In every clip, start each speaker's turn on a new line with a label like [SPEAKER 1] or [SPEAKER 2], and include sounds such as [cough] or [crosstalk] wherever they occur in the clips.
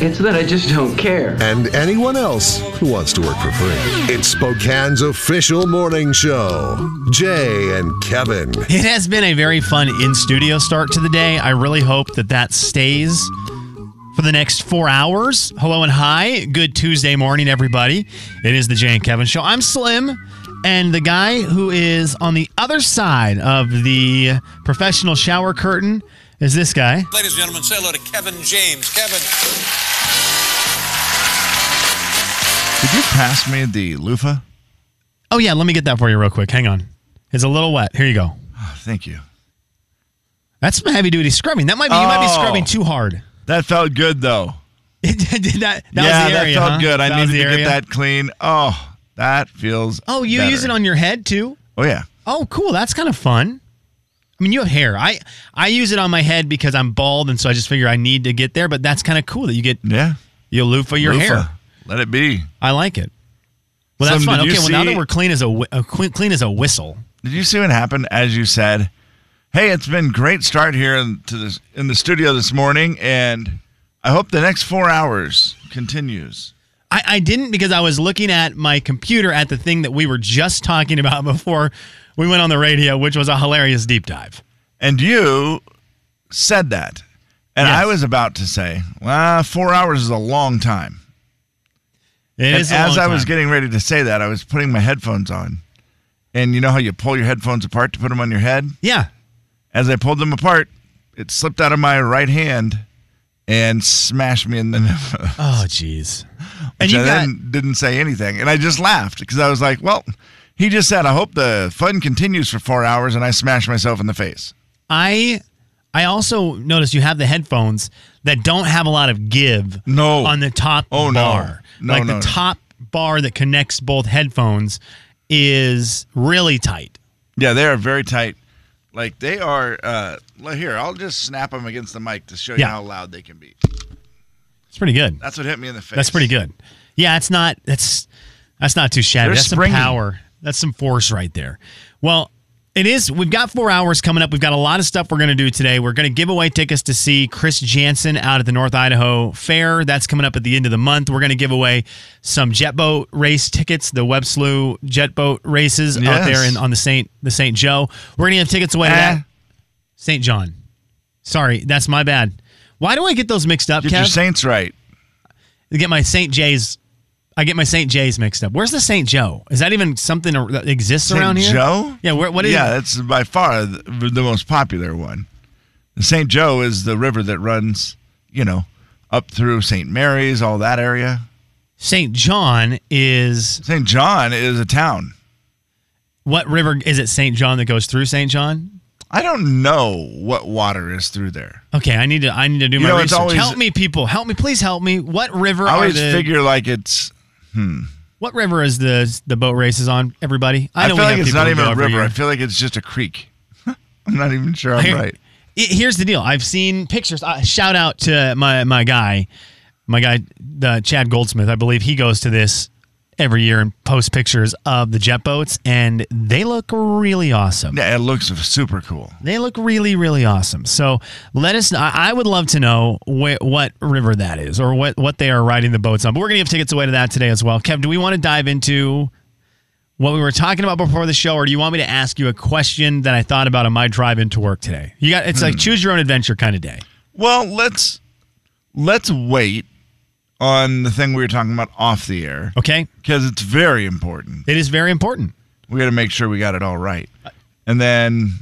[SPEAKER 1] It's that I just don't care.
[SPEAKER 2] and anyone else who wants to work for free. It's Spokane's official morning show. Jay and Kevin.
[SPEAKER 3] It has been a very fun in studio start to the day. I really hope that that stays for the next four hours. Hello and hi. Good Tuesday morning, everybody. It is the Jay and Kevin Show. I'm Slim, and the guy who is on the other side of the professional shower curtain is this guy.
[SPEAKER 4] Ladies and gentlemen, say hello to Kevin James. Kevin.
[SPEAKER 5] Did you pass me the loofah?
[SPEAKER 3] Oh, yeah, let me get that for you real quick. Hang on. It's a little wet. Here you go.
[SPEAKER 5] Oh, thank you.
[SPEAKER 3] That's some heavy duty scrubbing. That might be, you might be
[SPEAKER 5] Oh.
[SPEAKER 3] scrubbing too hard. [laughs]
[SPEAKER 5] That felt good though.
[SPEAKER 3] Did that, that
[SPEAKER 5] yeah,
[SPEAKER 3] was the area,
[SPEAKER 5] that felt
[SPEAKER 3] huh?
[SPEAKER 5] good. I
[SPEAKER 3] That was
[SPEAKER 5] needed
[SPEAKER 3] the
[SPEAKER 5] to
[SPEAKER 3] area?
[SPEAKER 5] get that clean. Oh, that feels.
[SPEAKER 3] Oh, you
[SPEAKER 5] better.
[SPEAKER 3] use it on your head too?
[SPEAKER 5] Oh yeah.
[SPEAKER 3] Oh, cool. That's kind of fun. I mean, you have hair. I I use it on my head because I'm bald, and so I just figure I need to get there. But that's kind of cool that you get
[SPEAKER 5] Yeah.
[SPEAKER 3] you loofah your
[SPEAKER 5] Loofah.
[SPEAKER 3] hair.
[SPEAKER 5] Let it be.
[SPEAKER 3] I like it. Well, that's
[SPEAKER 5] Some-
[SPEAKER 3] fun.
[SPEAKER 5] did
[SPEAKER 3] Okay,
[SPEAKER 5] you
[SPEAKER 3] well now that
[SPEAKER 5] see-
[SPEAKER 3] we're clean as a, whi- a clean, clean as a whistle.
[SPEAKER 5] Did you see what happened as you said? Hey, it's been great start here in, to this, in the studio this morning, and I hope the next four hours continues.
[SPEAKER 3] I, I didn't because I was looking at my computer at the thing that we were just talking about [laughs] before we went on the radio, which was a hilarious deep dive.
[SPEAKER 5] And you said that, and
[SPEAKER 3] Yes.
[SPEAKER 5] I was about to say, well, four hours is a long time.
[SPEAKER 3] It
[SPEAKER 5] And
[SPEAKER 3] is a
[SPEAKER 5] as
[SPEAKER 3] long
[SPEAKER 5] I was
[SPEAKER 3] time.
[SPEAKER 5] getting ready to say that, I was putting my headphones on, and you know how you pull your headphones apart to put them on your head.
[SPEAKER 3] yeah,
[SPEAKER 5] As I pulled them apart, it slipped out of my right hand and smashed me in the [laughs] nose.
[SPEAKER 3] oh jeez, and
[SPEAKER 5] And
[SPEAKER 3] you
[SPEAKER 5] I
[SPEAKER 3] got
[SPEAKER 5] then didn't say anything. And I just laughed because I was like, well, he just said, I hope the fun continues for four hours. And I smashed myself in the face.
[SPEAKER 3] I I also noticed you have the headphones that don't have a lot of give
[SPEAKER 5] No.
[SPEAKER 3] on the top
[SPEAKER 5] Oh, no.
[SPEAKER 3] bar.
[SPEAKER 5] No,
[SPEAKER 3] like
[SPEAKER 5] no,
[SPEAKER 3] the
[SPEAKER 5] no.
[SPEAKER 3] top bar that connects both headphones is really tight.
[SPEAKER 5] Yeah, they are very tight. Like they are. Uh, like, here, I'll just snap them against the mic to show you
[SPEAKER 3] Yeah.
[SPEAKER 5] how loud they can be.
[SPEAKER 3] It's pretty good.
[SPEAKER 5] That's what hit me in the face.
[SPEAKER 3] That's pretty good. Yeah, it's not that's that's not too shabby.
[SPEAKER 5] They're
[SPEAKER 3] that's
[SPEAKER 5] springy.
[SPEAKER 3] some power. That's some force right there. Well, it is. We've got four hours coming up. We've got a lot of stuff we're going to do today. We're going to give away tickets to see Chris Jansen out at the North Idaho Fair. That's coming up at the end of the month. We're going to give away some jet boat race tickets, the Web Slough jet boat races out
[SPEAKER 5] Yes.
[SPEAKER 3] there in, on the Saint the Saint Joe. We're going to have tickets away to
[SPEAKER 5] Eh,
[SPEAKER 3] that Saint John. Sorry, that's my bad. Why do I get those mixed up?
[SPEAKER 5] get
[SPEAKER 3] Kev?
[SPEAKER 5] your Saints right.
[SPEAKER 3] I get my St. J's. I get my St. J's mixed up. Where's the St. Joe? Is that even something ar- that exists around
[SPEAKER 5] St.
[SPEAKER 3] here?
[SPEAKER 5] Joe?
[SPEAKER 3] Yeah. Where, what is?
[SPEAKER 5] yeah, that's by far the, the most popular one. The St. Joe is the river that runs, you know, up through St. Mary's, all that area.
[SPEAKER 3] St. John is
[SPEAKER 5] St. John is a town.
[SPEAKER 3] what river? Is it St. John that goes through St. John?
[SPEAKER 5] I don't know what water is through there.
[SPEAKER 3] Okay, I need to. I need to do
[SPEAKER 5] You
[SPEAKER 3] my
[SPEAKER 5] know, it's
[SPEAKER 3] research.
[SPEAKER 5] always-
[SPEAKER 3] help me, people. Help me, please. Help me. What river?
[SPEAKER 5] I always
[SPEAKER 3] are the,
[SPEAKER 5] figure like it's.
[SPEAKER 3] What river is the the boat races on? Everybody.
[SPEAKER 5] I,
[SPEAKER 3] know
[SPEAKER 5] feel
[SPEAKER 3] we
[SPEAKER 5] like
[SPEAKER 3] have
[SPEAKER 5] it's
[SPEAKER 3] people
[SPEAKER 5] not
[SPEAKER 3] who
[SPEAKER 5] even
[SPEAKER 3] go
[SPEAKER 5] a
[SPEAKER 3] every
[SPEAKER 5] river.
[SPEAKER 3] year.
[SPEAKER 5] I feel like it's just a creek. [laughs] I'm not even sure I'm
[SPEAKER 3] Here-
[SPEAKER 5] right.
[SPEAKER 3] I- Here's the deal. I've seen pictures. Uh, shout out to my my guy, my guy, uh, Chad Goldsmith. I believe he goes to this every year and posts pictures of the jet boats, and they look really awesome.
[SPEAKER 5] Yeah, it looks super cool.
[SPEAKER 3] They look really, really awesome. So let us. I I would love to know wh- what river that is, or what what they are riding the boats on. But we're gonna give tickets away to that today as well. Kev, do we want to dive into what we were talking about before the show, or do you want me to ask you a question that I thought about on my drive into work today? You got it's like choose your own adventure kind of day.
[SPEAKER 5] Well, let's let's wait on the thing we were talking about off the air
[SPEAKER 3] Okay,
[SPEAKER 5] because it's very important.
[SPEAKER 3] it is very important.
[SPEAKER 5] We got to make sure we got it all right, and then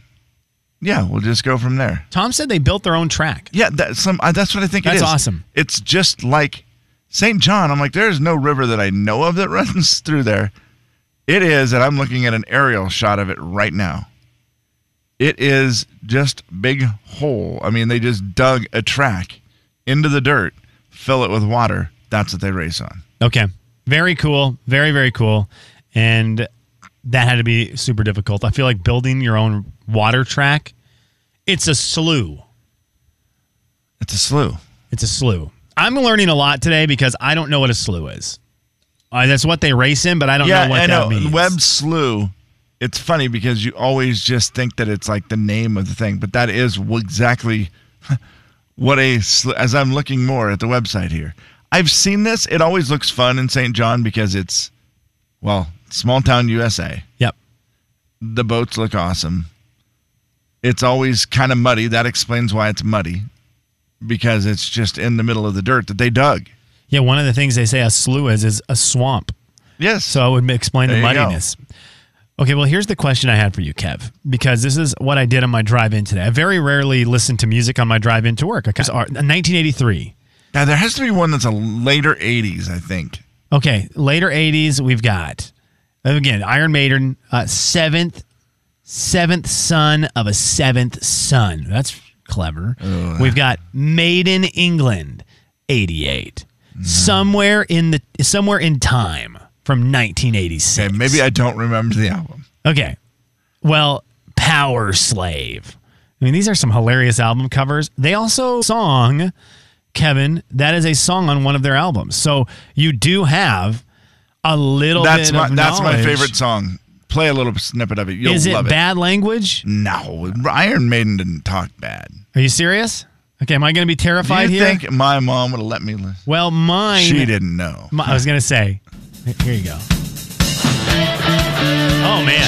[SPEAKER 5] yeah, we'll just go from there.
[SPEAKER 3] Tom said they built their own track.
[SPEAKER 5] Yeah, that's some. I that's what I think it
[SPEAKER 3] That's
[SPEAKER 5] is.
[SPEAKER 3] awesome.
[SPEAKER 5] It's just like St. John. I'm like, there's no river that I know of that [laughs] runs through there. It is, and I'm looking at an aerial shot of it right now. It is just big hole. I mean, they just dug a track into the dirt, fill it with water. That's what they race on.
[SPEAKER 3] Okay. Very cool. Very, very cool. And that had to be super difficult. I feel like building your own water track, it's a slough.
[SPEAKER 5] It's a slew.
[SPEAKER 3] It's a slough. I'm learning a lot today because I don't know what a slough is. Uh, that's what they race in, but I don't know what
[SPEAKER 5] I know.
[SPEAKER 3] that means.
[SPEAKER 5] Web slew. It's funny because you always just think that it's like the name of the thing, but that is wh- exactly [laughs] what a. sl- As I'm looking more at the website here, I've seen this. It always looks fun in St. John because it's, well, small town USA.
[SPEAKER 3] Yep.
[SPEAKER 5] The boats look awesome. It's always kind of muddy. That explains why it's muddy, because it's just in the middle of the dirt that they dug.
[SPEAKER 3] Yeah. One of the things they say a slough is is a swamp.
[SPEAKER 5] Yes.
[SPEAKER 3] So it would explain the
[SPEAKER 5] There you go.
[SPEAKER 3] muddiness. Okay, well, here's the question I had for you, Kev, because this is what I did on my drive in today. I very rarely listen to music on my drive in to work. Okay, so, uh, 1983.
[SPEAKER 5] now there has to be one that's a later '80s, I think.
[SPEAKER 3] Okay, later 80s, we've got, again, Iron Maiden, uh, seventh, seventh son of a seventh son. That's clever. We've got Maiden England, 88.
[SPEAKER 5] Mm-hmm.
[SPEAKER 3] Somewhere in the somewhere in time from 1986.
[SPEAKER 5] Okay, maybe I don't remember the album.
[SPEAKER 3] Okay. Well, Power Slave. I mean, these are some hilarious album covers. They also song, Kevin, that is a song on one of their albums. So you do have a [laughs] little
[SPEAKER 5] That's
[SPEAKER 3] bit
[SPEAKER 5] my
[SPEAKER 3] of
[SPEAKER 5] that's my
[SPEAKER 3] knowledge.
[SPEAKER 5] favorite song. Play a little snippet of it. You'll
[SPEAKER 3] Is it
[SPEAKER 5] love it.
[SPEAKER 3] bad language?
[SPEAKER 5] No, Iron Maiden didn't talk bad.
[SPEAKER 3] Are you serious? Okay, am I going to be
[SPEAKER 5] Do
[SPEAKER 3] terrified
[SPEAKER 5] you
[SPEAKER 3] here?
[SPEAKER 5] think my mom would have let me listen?
[SPEAKER 3] well, mine.
[SPEAKER 5] She didn't know.
[SPEAKER 3] mi- I was going to say. Here you go. Oh, man.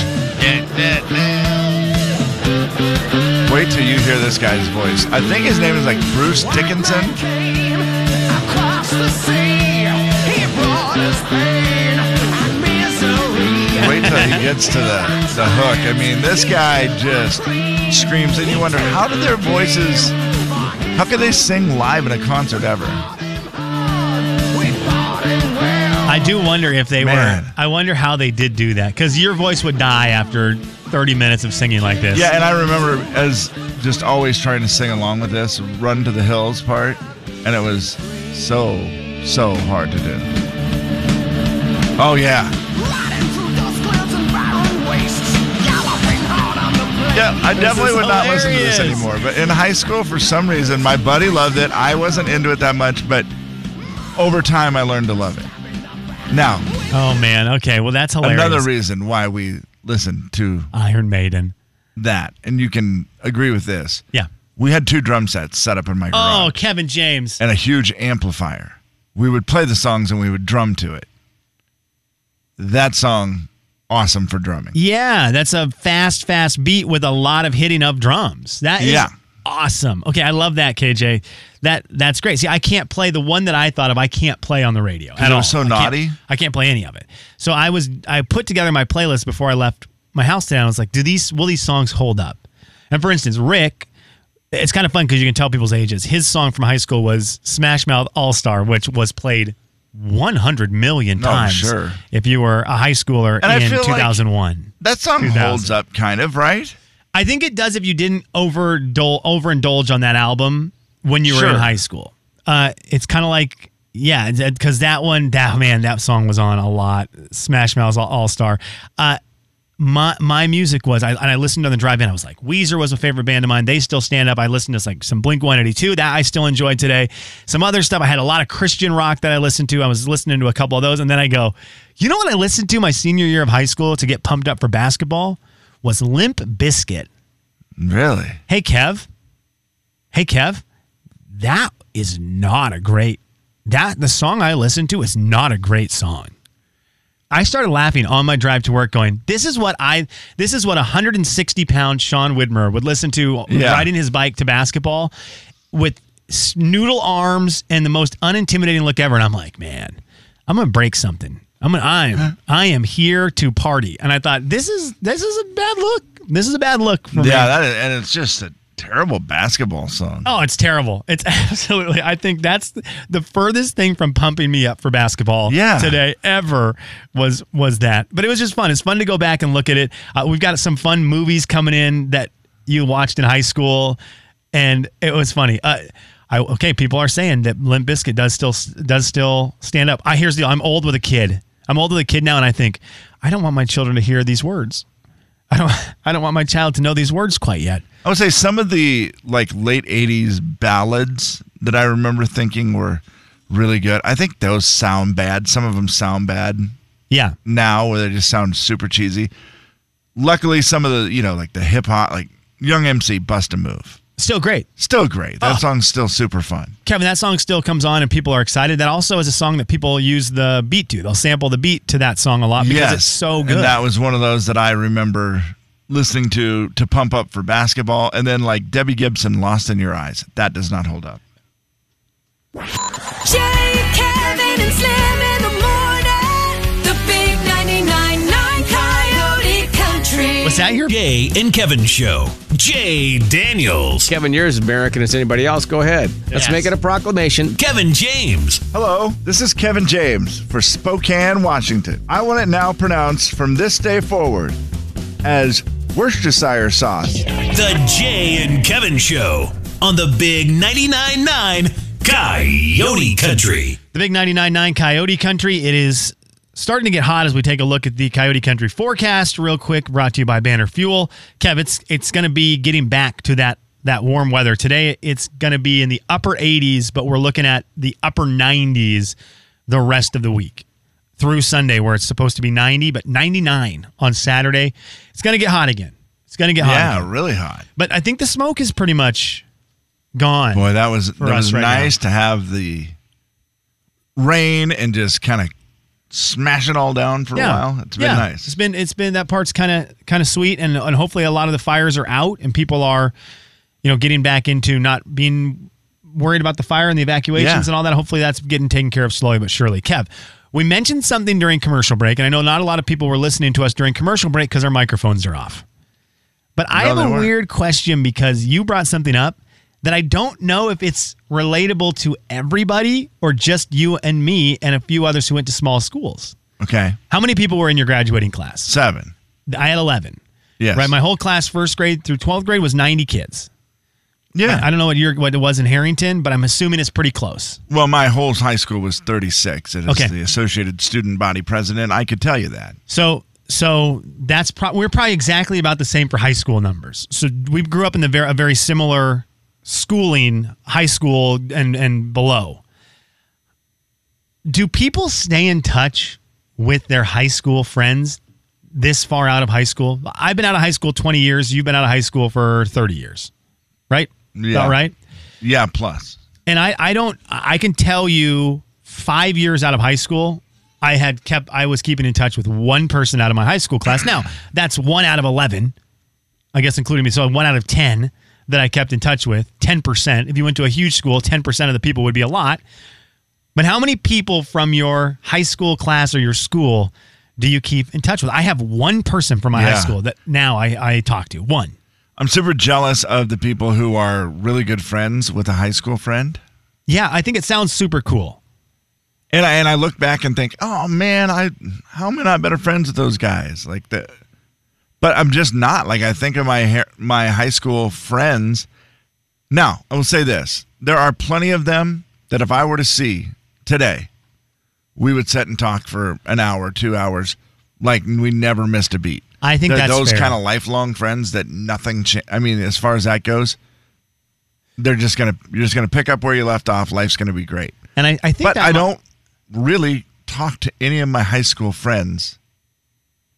[SPEAKER 5] Wait till you hear this guy's voice. I think his name is like Bruce Dickinson. Wait till he gets to the, the hook. I mean, this guy just screams, and you wonder how did their voices? How could they sing live in a concert ever?
[SPEAKER 3] I do wonder if they
[SPEAKER 5] Man.
[SPEAKER 3] were. I wonder how they did do that because your voice would die after 30 minutes of singing like this.
[SPEAKER 5] Yeah, and I remember as just always trying to sing along with this "Run to the Hills" part, and it was so so hard to do. Oh yeah, yeah. I
[SPEAKER 3] This
[SPEAKER 5] definitely
[SPEAKER 3] is
[SPEAKER 5] would not listen to this
[SPEAKER 3] hilarious.
[SPEAKER 5] anymore. But in high school, for some reason, my buddy loved it. I wasn't into it that much, but over time, I learned to love it. Now,
[SPEAKER 3] Oh man. Okay. Well, that's hilarious.
[SPEAKER 5] another reason why we listen to
[SPEAKER 3] Iron Maiden.
[SPEAKER 5] that, and you can agree with this.
[SPEAKER 3] Yeah.
[SPEAKER 5] We had two drum sets set up in my garage.
[SPEAKER 3] Oh, Kevin James.
[SPEAKER 5] and a huge amplifier. We would play the songs and we would drum to it. That song, awesome for drumming.
[SPEAKER 3] Yeah, that's a fast, fast beat with a lot of hitting of drums. That is
[SPEAKER 5] Yeah.
[SPEAKER 3] awesome. Okay, I love that, KJ. That that's great. See, I can't play the one that I thought of. I can't play on the radio at
[SPEAKER 5] it
[SPEAKER 3] all.
[SPEAKER 5] was so
[SPEAKER 3] I can't-
[SPEAKER 5] naughty?
[SPEAKER 3] I can't play any of it. So I was I put together my playlist before I left my house today. I was like, do these will these songs hold up? And for instance, Rick, it's kind of fun because you can tell people's ages. His song from high school was Smash Mouth All Star, which was played 100 million
[SPEAKER 5] Oh,
[SPEAKER 3] times.
[SPEAKER 5] sure.
[SPEAKER 3] If you were a high schooler
[SPEAKER 5] And I
[SPEAKER 3] in
[SPEAKER 5] feel like-
[SPEAKER 3] 2001.
[SPEAKER 5] That song
[SPEAKER 3] 2000.
[SPEAKER 5] holds up, kind of, right?
[SPEAKER 3] I think it does if you didn't overdul- overindulge on that album when you were in
[SPEAKER 5] Sure.
[SPEAKER 3] high school. Uh, it's kind of like, yeah, because that one, that man, that song was on a lot. Smash Mouth's All Star. Uh, my my music was, I, and I listened on the drive in. I was like, Weezer was a favorite band of mine. They still stand up. I listened to like some Blink 182 that I still enjoy today. Some other stuff. I had a lot of Christian rock that I listened to. I was listening to a couple of those, and then I go, you know what I listened to my senior year of high school to get pumped up for basketball was Limp Biscuit.
[SPEAKER 5] Really?
[SPEAKER 3] Hey, Kev. Hey, Kev. That is not a great. That the song I listened to is not a great song. I started laughing on my drive to work, going, "This is what I. This is what 160 pound Sean Widmer would listen to
[SPEAKER 5] Yeah.
[SPEAKER 3] riding his bike to basketball, with s- noodle arms and the most unintimidating look ever." And I'm like, "Man, I'm gonna break something. I'm gonna. I am. I am here to party." And I thought, "This is. This is a bad look. This is a bad look for me."
[SPEAKER 5] Yeah, that is, and it's just a terrible basketball song.
[SPEAKER 3] Oh, it's terrible. It's [laughs] absolutely. I think that's th- the furthest thing from pumping me up for basketball
[SPEAKER 5] Yeah.
[SPEAKER 3] today ever was was that. But it was just fun. It's fun to go back and look at it. Uh, we've got some fun movies coming in that you watched in high school, and it was funny. Uh, I, okay, people are saying that Limp Biscuit does still does still stand up. I here's the deal. I'm old with a kid. I'm old with a kid now, and I think I don't want my children to hear these words. I don't. [laughs] I don't want my child to know these words quite yet.
[SPEAKER 5] I would say some of the like late '80s ballads that I remember thinking were really good. I think those sound bad. Some of them sound bad
[SPEAKER 3] Yeah,
[SPEAKER 5] now, where they just sound super cheesy. Luckily, some of the you know like the hip hop, like Young MC, Bust a Move,
[SPEAKER 3] still great.
[SPEAKER 5] still great. That
[SPEAKER 3] Oh.
[SPEAKER 5] song's still super fun.
[SPEAKER 3] Kevin, that song still comes on and people are excited. That also is a song that people use the beat to. They'll sample the beat to that song a lot because it's so good.
[SPEAKER 5] And that was one of those that I remember listening to to pump up for basketball, and then like Debbie Gibson, Lost in Your Eyes. That does not hold up.
[SPEAKER 6] Jay, Kevin, and Slim in the morning. The big 99.9 Coyote Country.
[SPEAKER 3] was that your
[SPEAKER 7] Jay and Kevin Show. Jay Daniels.
[SPEAKER 8] Kevin, you're as American as anybody else. Go ahead. Let's
[SPEAKER 3] Yes.
[SPEAKER 8] make it a proclamation.
[SPEAKER 7] Kevin James.
[SPEAKER 5] Hello, this is Kevin James for Spokane, Washington. I want it now pronounced from this day forward as Worcestershire sauce.
[SPEAKER 7] The Jay and Kevin Show on the Big 99.9 9 Coyote Country.
[SPEAKER 3] the big 99.9 Coyote Country? It is starting to get hot as we take a look at the Coyote Country forecast real quick. Brought to you by Banner Fuel. Kev, it's it's going to be getting back to that that warm weather today. It's going to be in the upper 80s, but we're looking at the upper 90s the rest of the week. through Sunday, where it's supposed to be 90, but 99 on Saturday. It's going to get hot again. It's going to get hot.
[SPEAKER 5] Yeah,
[SPEAKER 3] again.
[SPEAKER 5] really hot.
[SPEAKER 3] But I think the smoke is pretty much gone.
[SPEAKER 5] Boy, that was that
[SPEAKER 3] us
[SPEAKER 5] was
[SPEAKER 3] right
[SPEAKER 5] nice to have the rain and just kind of smash it all down for a while. It's been
[SPEAKER 3] Yeah.
[SPEAKER 5] nice.
[SPEAKER 3] It's been it's been that part's kind of kind of sweet, and and hopefully a lot of the fires are out, and people are, you know, getting back into not being worried about the fire and the evacuations
[SPEAKER 5] Yeah.
[SPEAKER 3] and all that. Hopefully that's getting taken care of slowly but surely. Kev, we mentioned something during commercial break, and I know not a lot of people were listening to us during commercial break because our microphones are off. But I
[SPEAKER 5] No,
[SPEAKER 3] have
[SPEAKER 5] they
[SPEAKER 3] a
[SPEAKER 5] weren't.
[SPEAKER 3] weird question because you brought something up that I don't know if it's relatable to everybody or just you and me and a few others who went to small schools.
[SPEAKER 5] Okay,
[SPEAKER 3] How many people were in your graduating class?
[SPEAKER 5] seven.
[SPEAKER 3] I had 11.
[SPEAKER 5] Yes.
[SPEAKER 3] Right, my whole class, first grade through 12th grade, was 90 kids.
[SPEAKER 5] yeah.
[SPEAKER 3] I don't know what year what it was in Harrington, but I'm assuming it's pretty close.
[SPEAKER 5] well, my whole high school was 36. It is
[SPEAKER 3] Okay.
[SPEAKER 5] the Associated Student Body president. I could tell you that.
[SPEAKER 3] So, so that's pro- we're probably exactly about the same for high school numbers. So we grew up in the ver- a very similar schooling, high school and and below. Do people stay in touch with their high school friends this far out of high school? I've been out of high school 20 years. You've been out of high school for 30 years, right?
[SPEAKER 5] Yeah.
[SPEAKER 3] About right.
[SPEAKER 5] Yeah, plus.
[SPEAKER 3] and I, I don't I can tell you five years out of high school I had kept I was keeping in touch with one person out of my high school class. Now that's one out of eleven, I guess including me. So one out of ten that I kept in touch with. Ten percent. If you went to a huge school, ten percent of the people would be a lot. But how many people from your high school class or your school do you keep in touch with? I have one person from my high
[SPEAKER 5] Yeah.
[SPEAKER 3] school that now I, I talk to. One.
[SPEAKER 5] I'm super jealous of the people who are really good friends with a high school friend.
[SPEAKER 3] Yeah, I think it sounds super cool.
[SPEAKER 5] And I, and I look back and think, oh man, I how am I not better friends with those guys? Like the, but I'm just not. Like I think of my hair- my high school friends. Now I will say this: there are plenty of them that if I were to see today, we would sit and talk for an hour, two hours, like we never missed a beat.
[SPEAKER 3] I think
[SPEAKER 5] They're
[SPEAKER 3] that's
[SPEAKER 5] those
[SPEAKER 3] fair.
[SPEAKER 5] kind of lifelong friends that nothing. Cha- I mean, as far as that goes, they're just gonna you're just gonna pick up where you left off. Life's gonna be great
[SPEAKER 3] And I, I think
[SPEAKER 5] but
[SPEAKER 3] that
[SPEAKER 5] I
[SPEAKER 3] mi-
[SPEAKER 5] don't really talk to any of my high school friends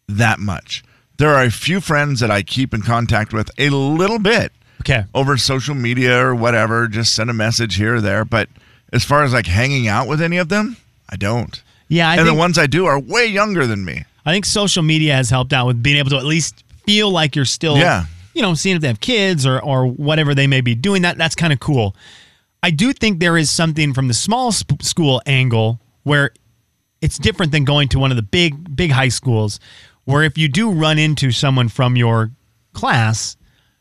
[SPEAKER 5] that much. There are a few friends that I keep in contact with a little bit
[SPEAKER 3] Okay.
[SPEAKER 5] over social media or whatever, just send a message here or there. But as far as like hanging out with any of them, I don't.
[SPEAKER 3] Yeah, I
[SPEAKER 5] and
[SPEAKER 3] think
[SPEAKER 5] the ones I do are way younger than me.
[SPEAKER 3] I think social media has helped out with being able to at least feel like you're still,
[SPEAKER 5] Yeah.
[SPEAKER 3] you know, seeing if they have kids or or whatever they may be doing. That that's kind of cool. I do think there is something from the small sp- school angle where it's different than going to one of the big big high schools, where if you do run into someone from your class,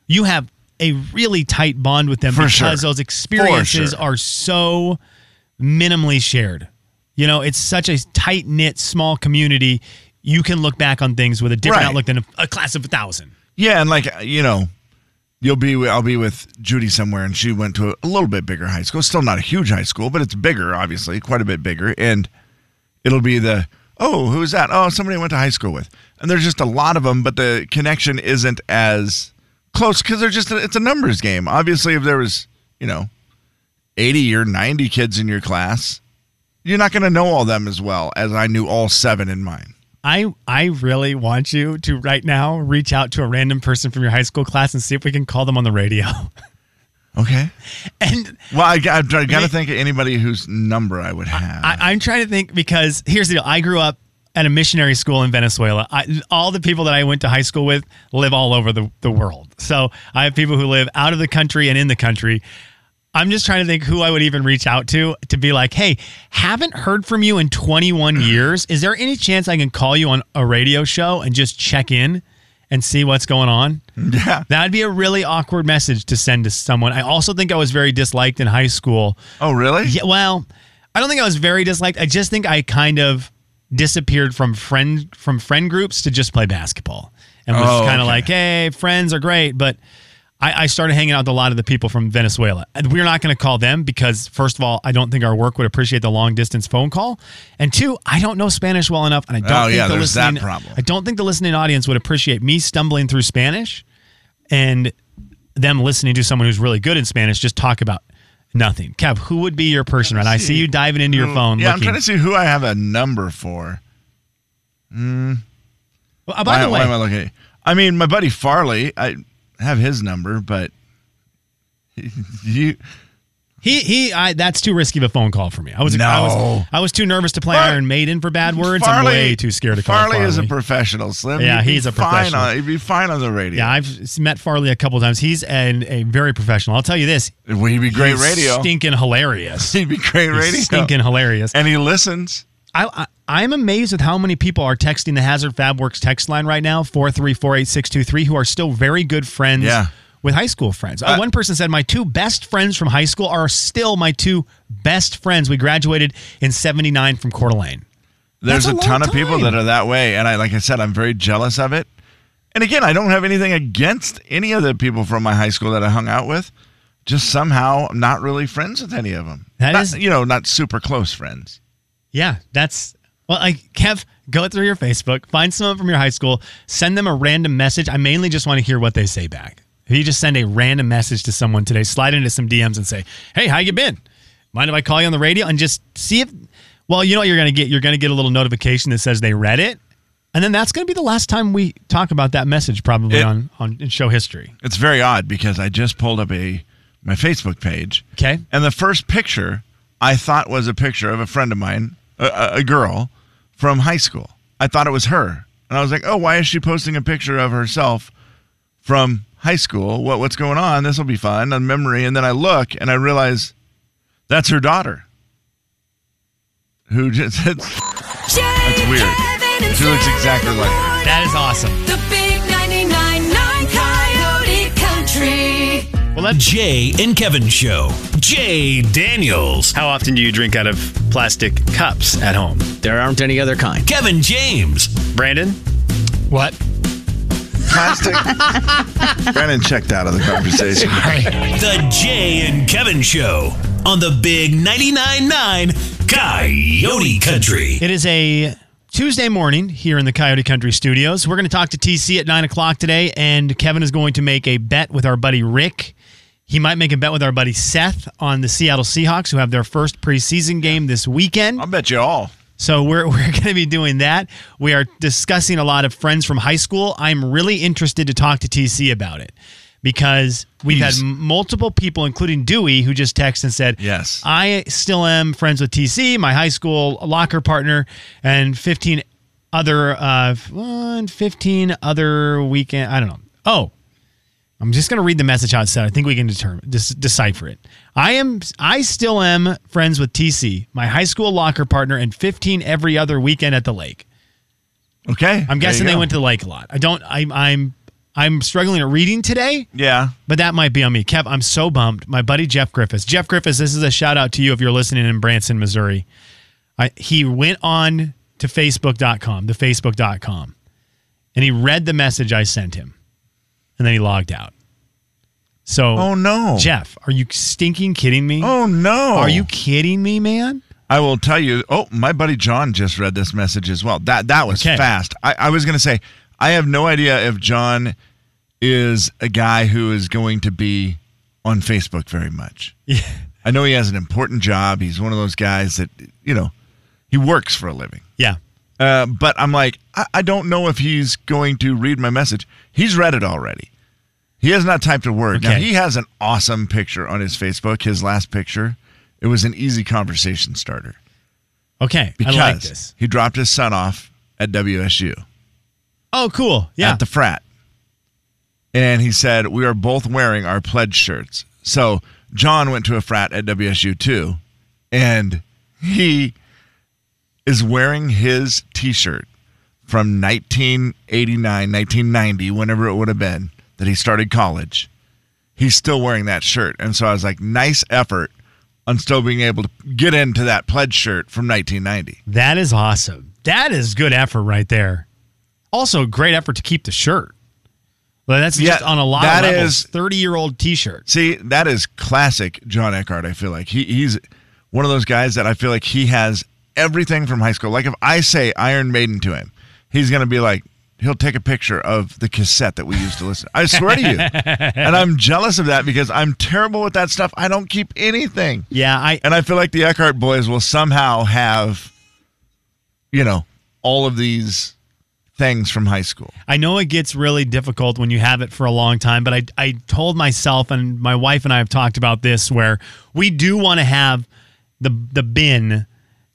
[SPEAKER 3] you have a really tight bond with them
[SPEAKER 5] For
[SPEAKER 3] because
[SPEAKER 5] sure.
[SPEAKER 3] those experiences
[SPEAKER 5] sure.
[SPEAKER 3] are so minimally shared. You know, it's such a tight knit, small community. You can look back on things with a different
[SPEAKER 5] Right.
[SPEAKER 3] outlook than a, a class of a thousand.
[SPEAKER 5] Yeah, and like you know, you'll be wi- I'll be with Judy somewhere, and she went to a, a little bit bigger high school. Still not a huge high school, but it's bigger, obviously, quite a bit bigger. And it'll be the oh, who's that? Oh, somebody I went to high school with. And there's just a lot of them, but the connection isn't as close because they're just it's a numbers game. Obviously, if there was you know, eighty or ninety kids in your class, you're not going to know all them as well as I knew all seven in mine.
[SPEAKER 3] I I really want you to right now reach out to a random person from your high school class and see if we can call them on the radio. [laughs]
[SPEAKER 5] Okay.
[SPEAKER 3] And
[SPEAKER 5] Well, I, I, I got to think of anybody whose number I would have.
[SPEAKER 3] I, I'm trying to think because here's the deal. I grew up at a missionary school in Venezuela. I, all the people that I went to high school with live all over the, the world. So I have people who live out of the country and in the country. I'm just trying to think who I would even reach out to to be like, hey, haven't heard from you in 21 years. Is there any chance I can call you on a radio show and just check in and see what's going on?
[SPEAKER 5] yeah.
[SPEAKER 3] That'd be a really awkward message to send to someone. I also think I was very disliked in high school.
[SPEAKER 5] Oh, really?
[SPEAKER 3] Yeah, well, I don't think I was very disliked. I just think I kind of disappeared from friend from friend groups to just play basketball, and was
[SPEAKER 5] Oh,
[SPEAKER 3] kind of
[SPEAKER 5] okay.
[SPEAKER 3] like, hey, friends are great, but I, I started hanging out with a lot of the people from Venezuela. And We're not going to call them because, first of all, I don't think our work would appreciate the long distance phone call, and two, I don't know Spanish well enough, and I don't
[SPEAKER 5] Oh,
[SPEAKER 3] think
[SPEAKER 5] yeah,
[SPEAKER 3] the
[SPEAKER 5] there's that
[SPEAKER 3] listening
[SPEAKER 5] problem.
[SPEAKER 3] I don't think the listening audience would appreciate me stumbling through Spanish and them listening to someone who's really good in Spanish just talk about nothing. Kev, who would be your person? Right, I see you diving into your phone.
[SPEAKER 5] Hmm. Yeah, I'm
[SPEAKER 3] looking.
[SPEAKER 5] trying to see who I have a number for.
[SPEAKER 3] Well, uh, by
[SPEAKER 5] why,
[SPEAKER 3] the
[SPEAKER 5] why am I
[SPEAKER 3] way,
[SPEAKER 5] looking? At I mean, my buddy Farley. I have his number, but [laughs] you.
[SPEAKER 3] he he, I, that's too risky of a phone call for me. I was I was
[SPEAKER 5] No.
[SPEAKER 3] I was too nervous to play
[SPEAKER 5] Far-
[SPEAKER 3] Iron Maiden for bad words. I'm way too scared to call
[SPEAKER 5] Farley,
[SPEAKER 3] Farley.
[SPEAKER 5] is a professional, Slim.
[SPEAKER 3] Yeah,
[SPEAKER 5] You'd be
[SPEAKER 3] he's a
[SPEAKER 5] fine
[SPEAKER 3] professional.
[SPEAKER 5] On, he'd be fine on the radio.
[SPEAKER 3] yeah, I've s- met Farley a couple times. He's an, a very professional. I'll tell you this.
[SPEAKER 5] Well, he'd be great
[SPEAKER 3] he's
[SPEAKER 5] radio.
[SPEAKER 3] Stinking hilarious.
[SPEAKER 5] [laughs] He'd be great
[SPEAKER 3] He's
[SPEAKER 5] radio.
[SPEAKER 3] Stinking hilarious.
[SPEAKER 5] And he listens.
[SPEAKER 3] I, I I'm amazed with how many people are texting the Hazard FabWorks text line right now four three four eight six two three who are still very good friends
[SPEAKER 5] Yeah.
[SPEAKER 3] with high school friends. Uh,
[SPEAKER 5] Uh,
[SPEAKER 3] one person said my two best friends from high school are still my two best friends. We graduated in '79 from Coeur d'Alene.
[SPEAKER 5] There's
[SPEAKER 3] That's
[SPEAKER 5] a,
[SPEAKER 3] a
[SPEAKER 5] ton
[SPEAKER 3] long
[SPEAKER 5] of people
[SPEAKER 3] time.
[SPEAKER 5] that are that way, and I, like I said, I'm very jealous of it. And again, I don't have anything against any of the people from my high school that I hung out with. Just somehow, I'm not really friends with any of them.
[SPEAKER 3] That
[SPEAKER 5] Not-
[SPEAKER 3] is-
[SPEAKER 5] you know, not super close friends.
[SPEAKER 3] Yeah, that's well. I Kev, go through your Facebook, find someone from your high school, send them a random message. I mainly just want to hear what they say back. If you just send a random message to someone today, slide into some DMs and say, "Hey, how you been? Mind if I call you on the radio?" And just see if. Well, you know what you're gonna get. You're gonna get a little notification that says they read it, and then that's gonna be the last time we talk about that message, probably
[SPEAKER 5] It-
[SPEAKER 3] on on in show history.
[SPEAKER 5] It's very odd because I just pulled up a my Facebook page.
[SPEAKER 3] Okay.
[SPEAKER 5] And the first picture I thought was a picture of a friend of mine, a- a, a girl from high school. I thought it was her, and I was like, "Oh, why is she posting a picture of herself from high school? What what's going on? This will be fun, a memory." And then I look and I realize that's her daughter, who just
[SPEAKER 6] That's
[SPEAKER 5] weird. She looks exactly like her.
[SPEAKER 3] That is awesome.
[SPEAKER 6] The big 99.9 Coyote Country.
[SPEAKER 3] Well, that's
[SPEAKER 7] Jay and Kevin Show. Jay Daniels.
[SPEAKER 9] How often do you drink out of plastic cups at home?
[SPEAKER 8] There aren't any other kind.
[SPEAKER 7] Kevin James.
[SPEAKER 9] Brandon?
[SPEAKER 3] what.
[SPEAKER 5] plastic. Brandon checked out of the conversation.
[SPEAKER 7] The Jay and Kevin Show on the Big 99.9 Coyote Country.
[SPEAKER 3] It is a Tuesday morning here in the Coyote Country studios. We're going to talk to TC at 9 o'clock today, and Kevin is going to make a bet with our buddy Rick. He might make a bet with our buddy Seth on the Seattle Seahawks, who have their first preseason game this weekend.
[SPEAKER 5] I'll bet you all.
[SPEAKER 3] So we're, [laughs] we're going to be doing that. We are discussing a lot of friends from high school. I'm really interested to talk to TC about it because we've had
[SPEAKER 5] He's-
[SPEAKER 3] m- multiple people, including Dewey, who just texted and said,
[SPEAKER 5] Yes.
[SPEAKER 3] I still am friends with TC, my high school locker partner, and 15 other, uh, one- 15 other weekend. I don't know. Oh, I'm just going to read the message out said. I think we can determine dis- decipher it. I am I still am friends with TC, my high school locker partner and 15 every other weekend at the lake.
[SPEAKER 5] Okay.
[SPEAKER 3] I'm
[SPEAKER 5] there
[SPEAKER 3] guessing
[SPEAKER 5] you
[SPEAKER 3] they
[SPEAKER 5] go.
[SPEAKER 3] went to the lake a lot. I don't I'm I'm I'm struggling at reading today,
[SPEAKER 5] Yeah.
[SPEAKER 3] but that might be on me. Kev, I'm so bummed. My buddy Jeff Griffiths. Jeff Griffiths, this is a shout out to you if you're listening in Branson, Missouri. I, he went on to facebook.com, the facebook.com, and he read the message I sent him. And then he logged out. So,
[SPEAKER 5] Oh, no.
[SPEAKER 3] Jeff, are you stinking kidding me?
[SPEAKER 5] Oh no.
[SPEAKER 3] Are you kidding me, man?
[SPEAKER 5] I will tell you. Oh, my buddy John just read this message as well. That that was
[SPEAKER 3] Okay.
[SPEAKER 5] fast. I, I was going to say I have no idea if John is a guy who is going to be on Facebook
[SPEAKER 3] [laughs]
[SPEAKER 5] very much.
[SPEAKER 3] Yeah.
[SPEAKER 5] I know he has an important job. He's one of those guys that you know he works for a living.
[SPEAKER 3] Yeah.
[SPEAKER 5] Uh, but I'm like, I, I don't know if he's going to read my message. He's read it already. He has not typed a word. Now
[SPEAKER 3] Okay.
[SPEAKER 5] he has an awesome picture on his Facebook. His last picture, it was an easy conversation starter
[SPEAKER 3] Okay.
[SPEAKER 5] because
[SPEAKER 3] I like this.
[SPEAKER 5] he dropped his son off at WSU
[SPEAKER 3] Oh, cool. Yeah.
[SPEAKER 5] at the frat, and he said we are both wearing our pledge shirts. So John went to a frat at WSU too, and he is wearing his T-shirt from 1989, 1990, whenever it would have been that he started college. He's still wearing that shirt, and so I was like, nice effort on still being able to get into that pledge shirt from 1990.
[SPEAKER 3] that is awesome. That is good effort right there. Also, great effort to keep the shirt. Well, that's just
[SPEAKER 5] Yeah,
[SPEAKER 3] on a lot
[SPEAKER 5] that
[SPEAKER 3] of levels.
[SPEAKER 5] is-
[SPEAKER 3] Thirty-year-old T-shirt.
[SPEAKER 5] See, that is classic John Eckhart. I feel like he, he's one of those guys that I feel like he has everything from high school. Like if I say Iron Maiden to him, he's gonna be like, he'll take a picture of the cassette that we used to listen. I swear to you, and I'm jealous of that because I'm terrible with that stuff. I don't keep anything,
[SPEAKER 3] Yeah, I
[SPEAKER 5] and I feel like the Eckhart boys will somehow have, you know, all of these things from high school.
[SPEAKER 3] I know it gets really difficult when you have it for a long time, but I, I told myself and my wife and I have talked about this where we do want to have the the bin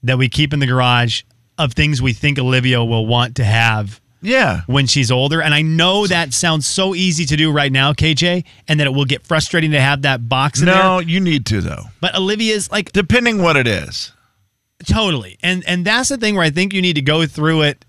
[SPEAKER 3] that we keep in the garage of things we think Olivia will want to have
[SPEAKER 5] Yeah,
[SPEAKER 3] when she's older. And I know that sounds so easy to do right now, KJ, and that it will get frustrating to have that box in
[SPEAKER 5] no,
[SPEAKER 3] there.
[SPEAKER 5] you need to though,
[SPEAKER 3] But Olivia's like
[SPEAKER 5] depending what it is.
[SPEAKER 3] totally. And and that's the thing where I think you need to go through it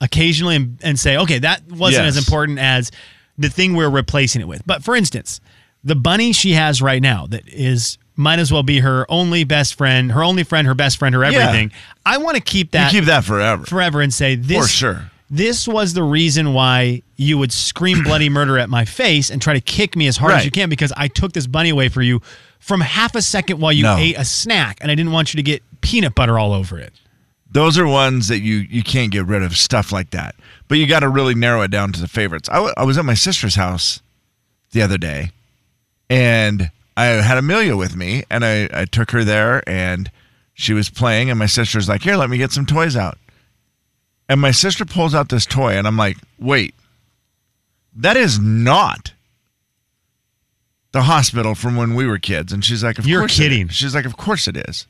[SPEAKER 3] occasionally and, and say, okay, that wasn't
[SPEAKER 5] Yes.
[SPEAKER 3] as important as the thing we're replacing it with. But for instance, the bunny she has right now that is might as well be her only best friend, her only friend, her best friend, her
[SPEAKER 5] Yeah.
[SPEAKER 3] everything. I want to keep that
[SPEAKER 5] you keep that forever.
[SPEAKER 3] forever and say this
[SPEAKER 5] For sure.
[SPEAKER 3] This was the reason why you would
[SPEAKER 5] [clears throat]
[SPEAKER 3] scream bloody murder at my face and try to kick me as hard as
[SPEAKER 5] Right.
[SPEAKER 3] you can because I took this bunny away for you from half a second while you
[SPEAKER 5] No.
[SPEAKER 3] ate a snack and I didn't want you to get peanut butter all over it.
[SPEAKER 5] those are ones that you you can't get rid of stuff like that but you got to really narrow it down to the favorites I wa- I was at my sister's house the other day and i had amelia with me and I, I took her there and she was playing and my sister's like here let me get some toys out and my sister pulls out this toy and i'm like wait that is not the hospital from when we were kids and she's like of
[SPEAKER 3] You're
[SPEAKER 5] course it is."
[SPEAKER 3] kidding.
[SPEAKER 5] she's like of course it is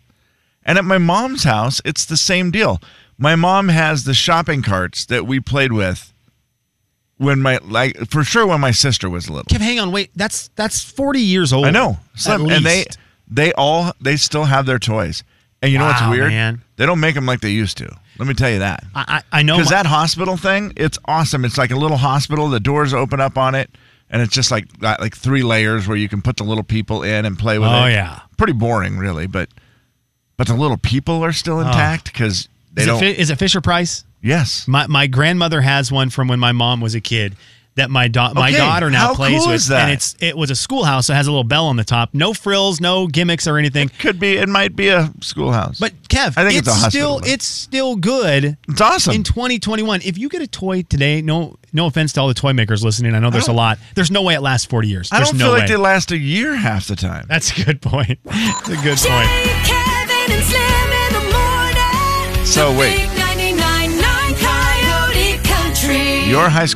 [SPEAKER 5] and at my mom's house, it's the same deal. My mom has the shopping carts that we played with when my like for sure when my sister was little.
[SPEAKER 3] Kev, hang on, wait. That's that's 40 years old.
[SPEAKER 5] I know.
[SPEAKER 3] at
[SPEAKER 5] Slim. and they
[SPEAKER 3] least.
[SPEAKER 5] they all they still have their toys. And you know
[SPEAKER 3] Wow,
[SPEAKER 5] what's weird?
[SPEAKER 3] man.
[SPEAKER 5] They don't make them like they used to. Let me tell you that.
[SPEAKER 3] I, I I know
[SPEAKER 5] Because
[SPEAKER 3] my-
[SPEAKER 5] that hospital thing, it's awesome. It's like a little hospital. The doors open up on it, and it's just like got like three layers where you can put the little people in and play with it.
[SPEAKER 3] Oh, yeah.
[SPEAKER 5] pretty boring, really. But but the little people are still intact because they
[SPEAKER 3] is, it
[SPEAKER 5] don't.
[SPEAKER 3] Fi- is it Fisher Price?
[SPEAKER 5] yes.
[SPEAKER 3] My my grandmother has one from when my mom was a kid that my da- my
[SPEAKER 5] Okay,
[SPEAKER 3] daughter now
[SPEAKER 5] how
[SPEAKER 3] plays
[SPEAKER 5] cool
[SPEAKER 3] with,
[SPEAKER 5] is that?
[SPEAKER 3] and it's it was a schoolhouse that has a little bell on the top, no frills, no gimmicks or anything.
[SPEAKER 5] Could be. It might be a schoolhouse.
[SPEAKER 3] But Kev,
[SPEAKER 5] I think
[SPEAKER 3] it's,
[SPEAKER 5] it's, a hospital.
[SPEAKER 3] still
[SPEAKER 5] but
[SPEAKER 3] it's still good
[SPEAKER 5] it's awesome.
[SPEAKER 3] in 2021. If you get a toy today, no no offense to all the toy makers listening, I know there's a
[SPEAKER 5] don't-
[SPEAKER 3] lot. There's no way it lasts 40 years.
[SPEAKER 5] I
[SPEAKER 3] There's
[SPEAKER 5] don't
[SPEAKER 3] no
[SPEAKER 5] feel
[SPEAKER 3] way.
[SPEAKER 5] like they last a year half the time.
[SPEAKER 3] That's a good point. That's a good
[SPEAKER 6] Jay,
[SPEAKER 3] point.
[SPEAKER 6] Kevin, and Slim in the morning.
[SPEAKER 5] So
[SPEAKER 6] The
[SPEAKER 5] wait.
[SPEAKER 6] Big 99.9 Coyote Country.
[SPEAKER 5] Your high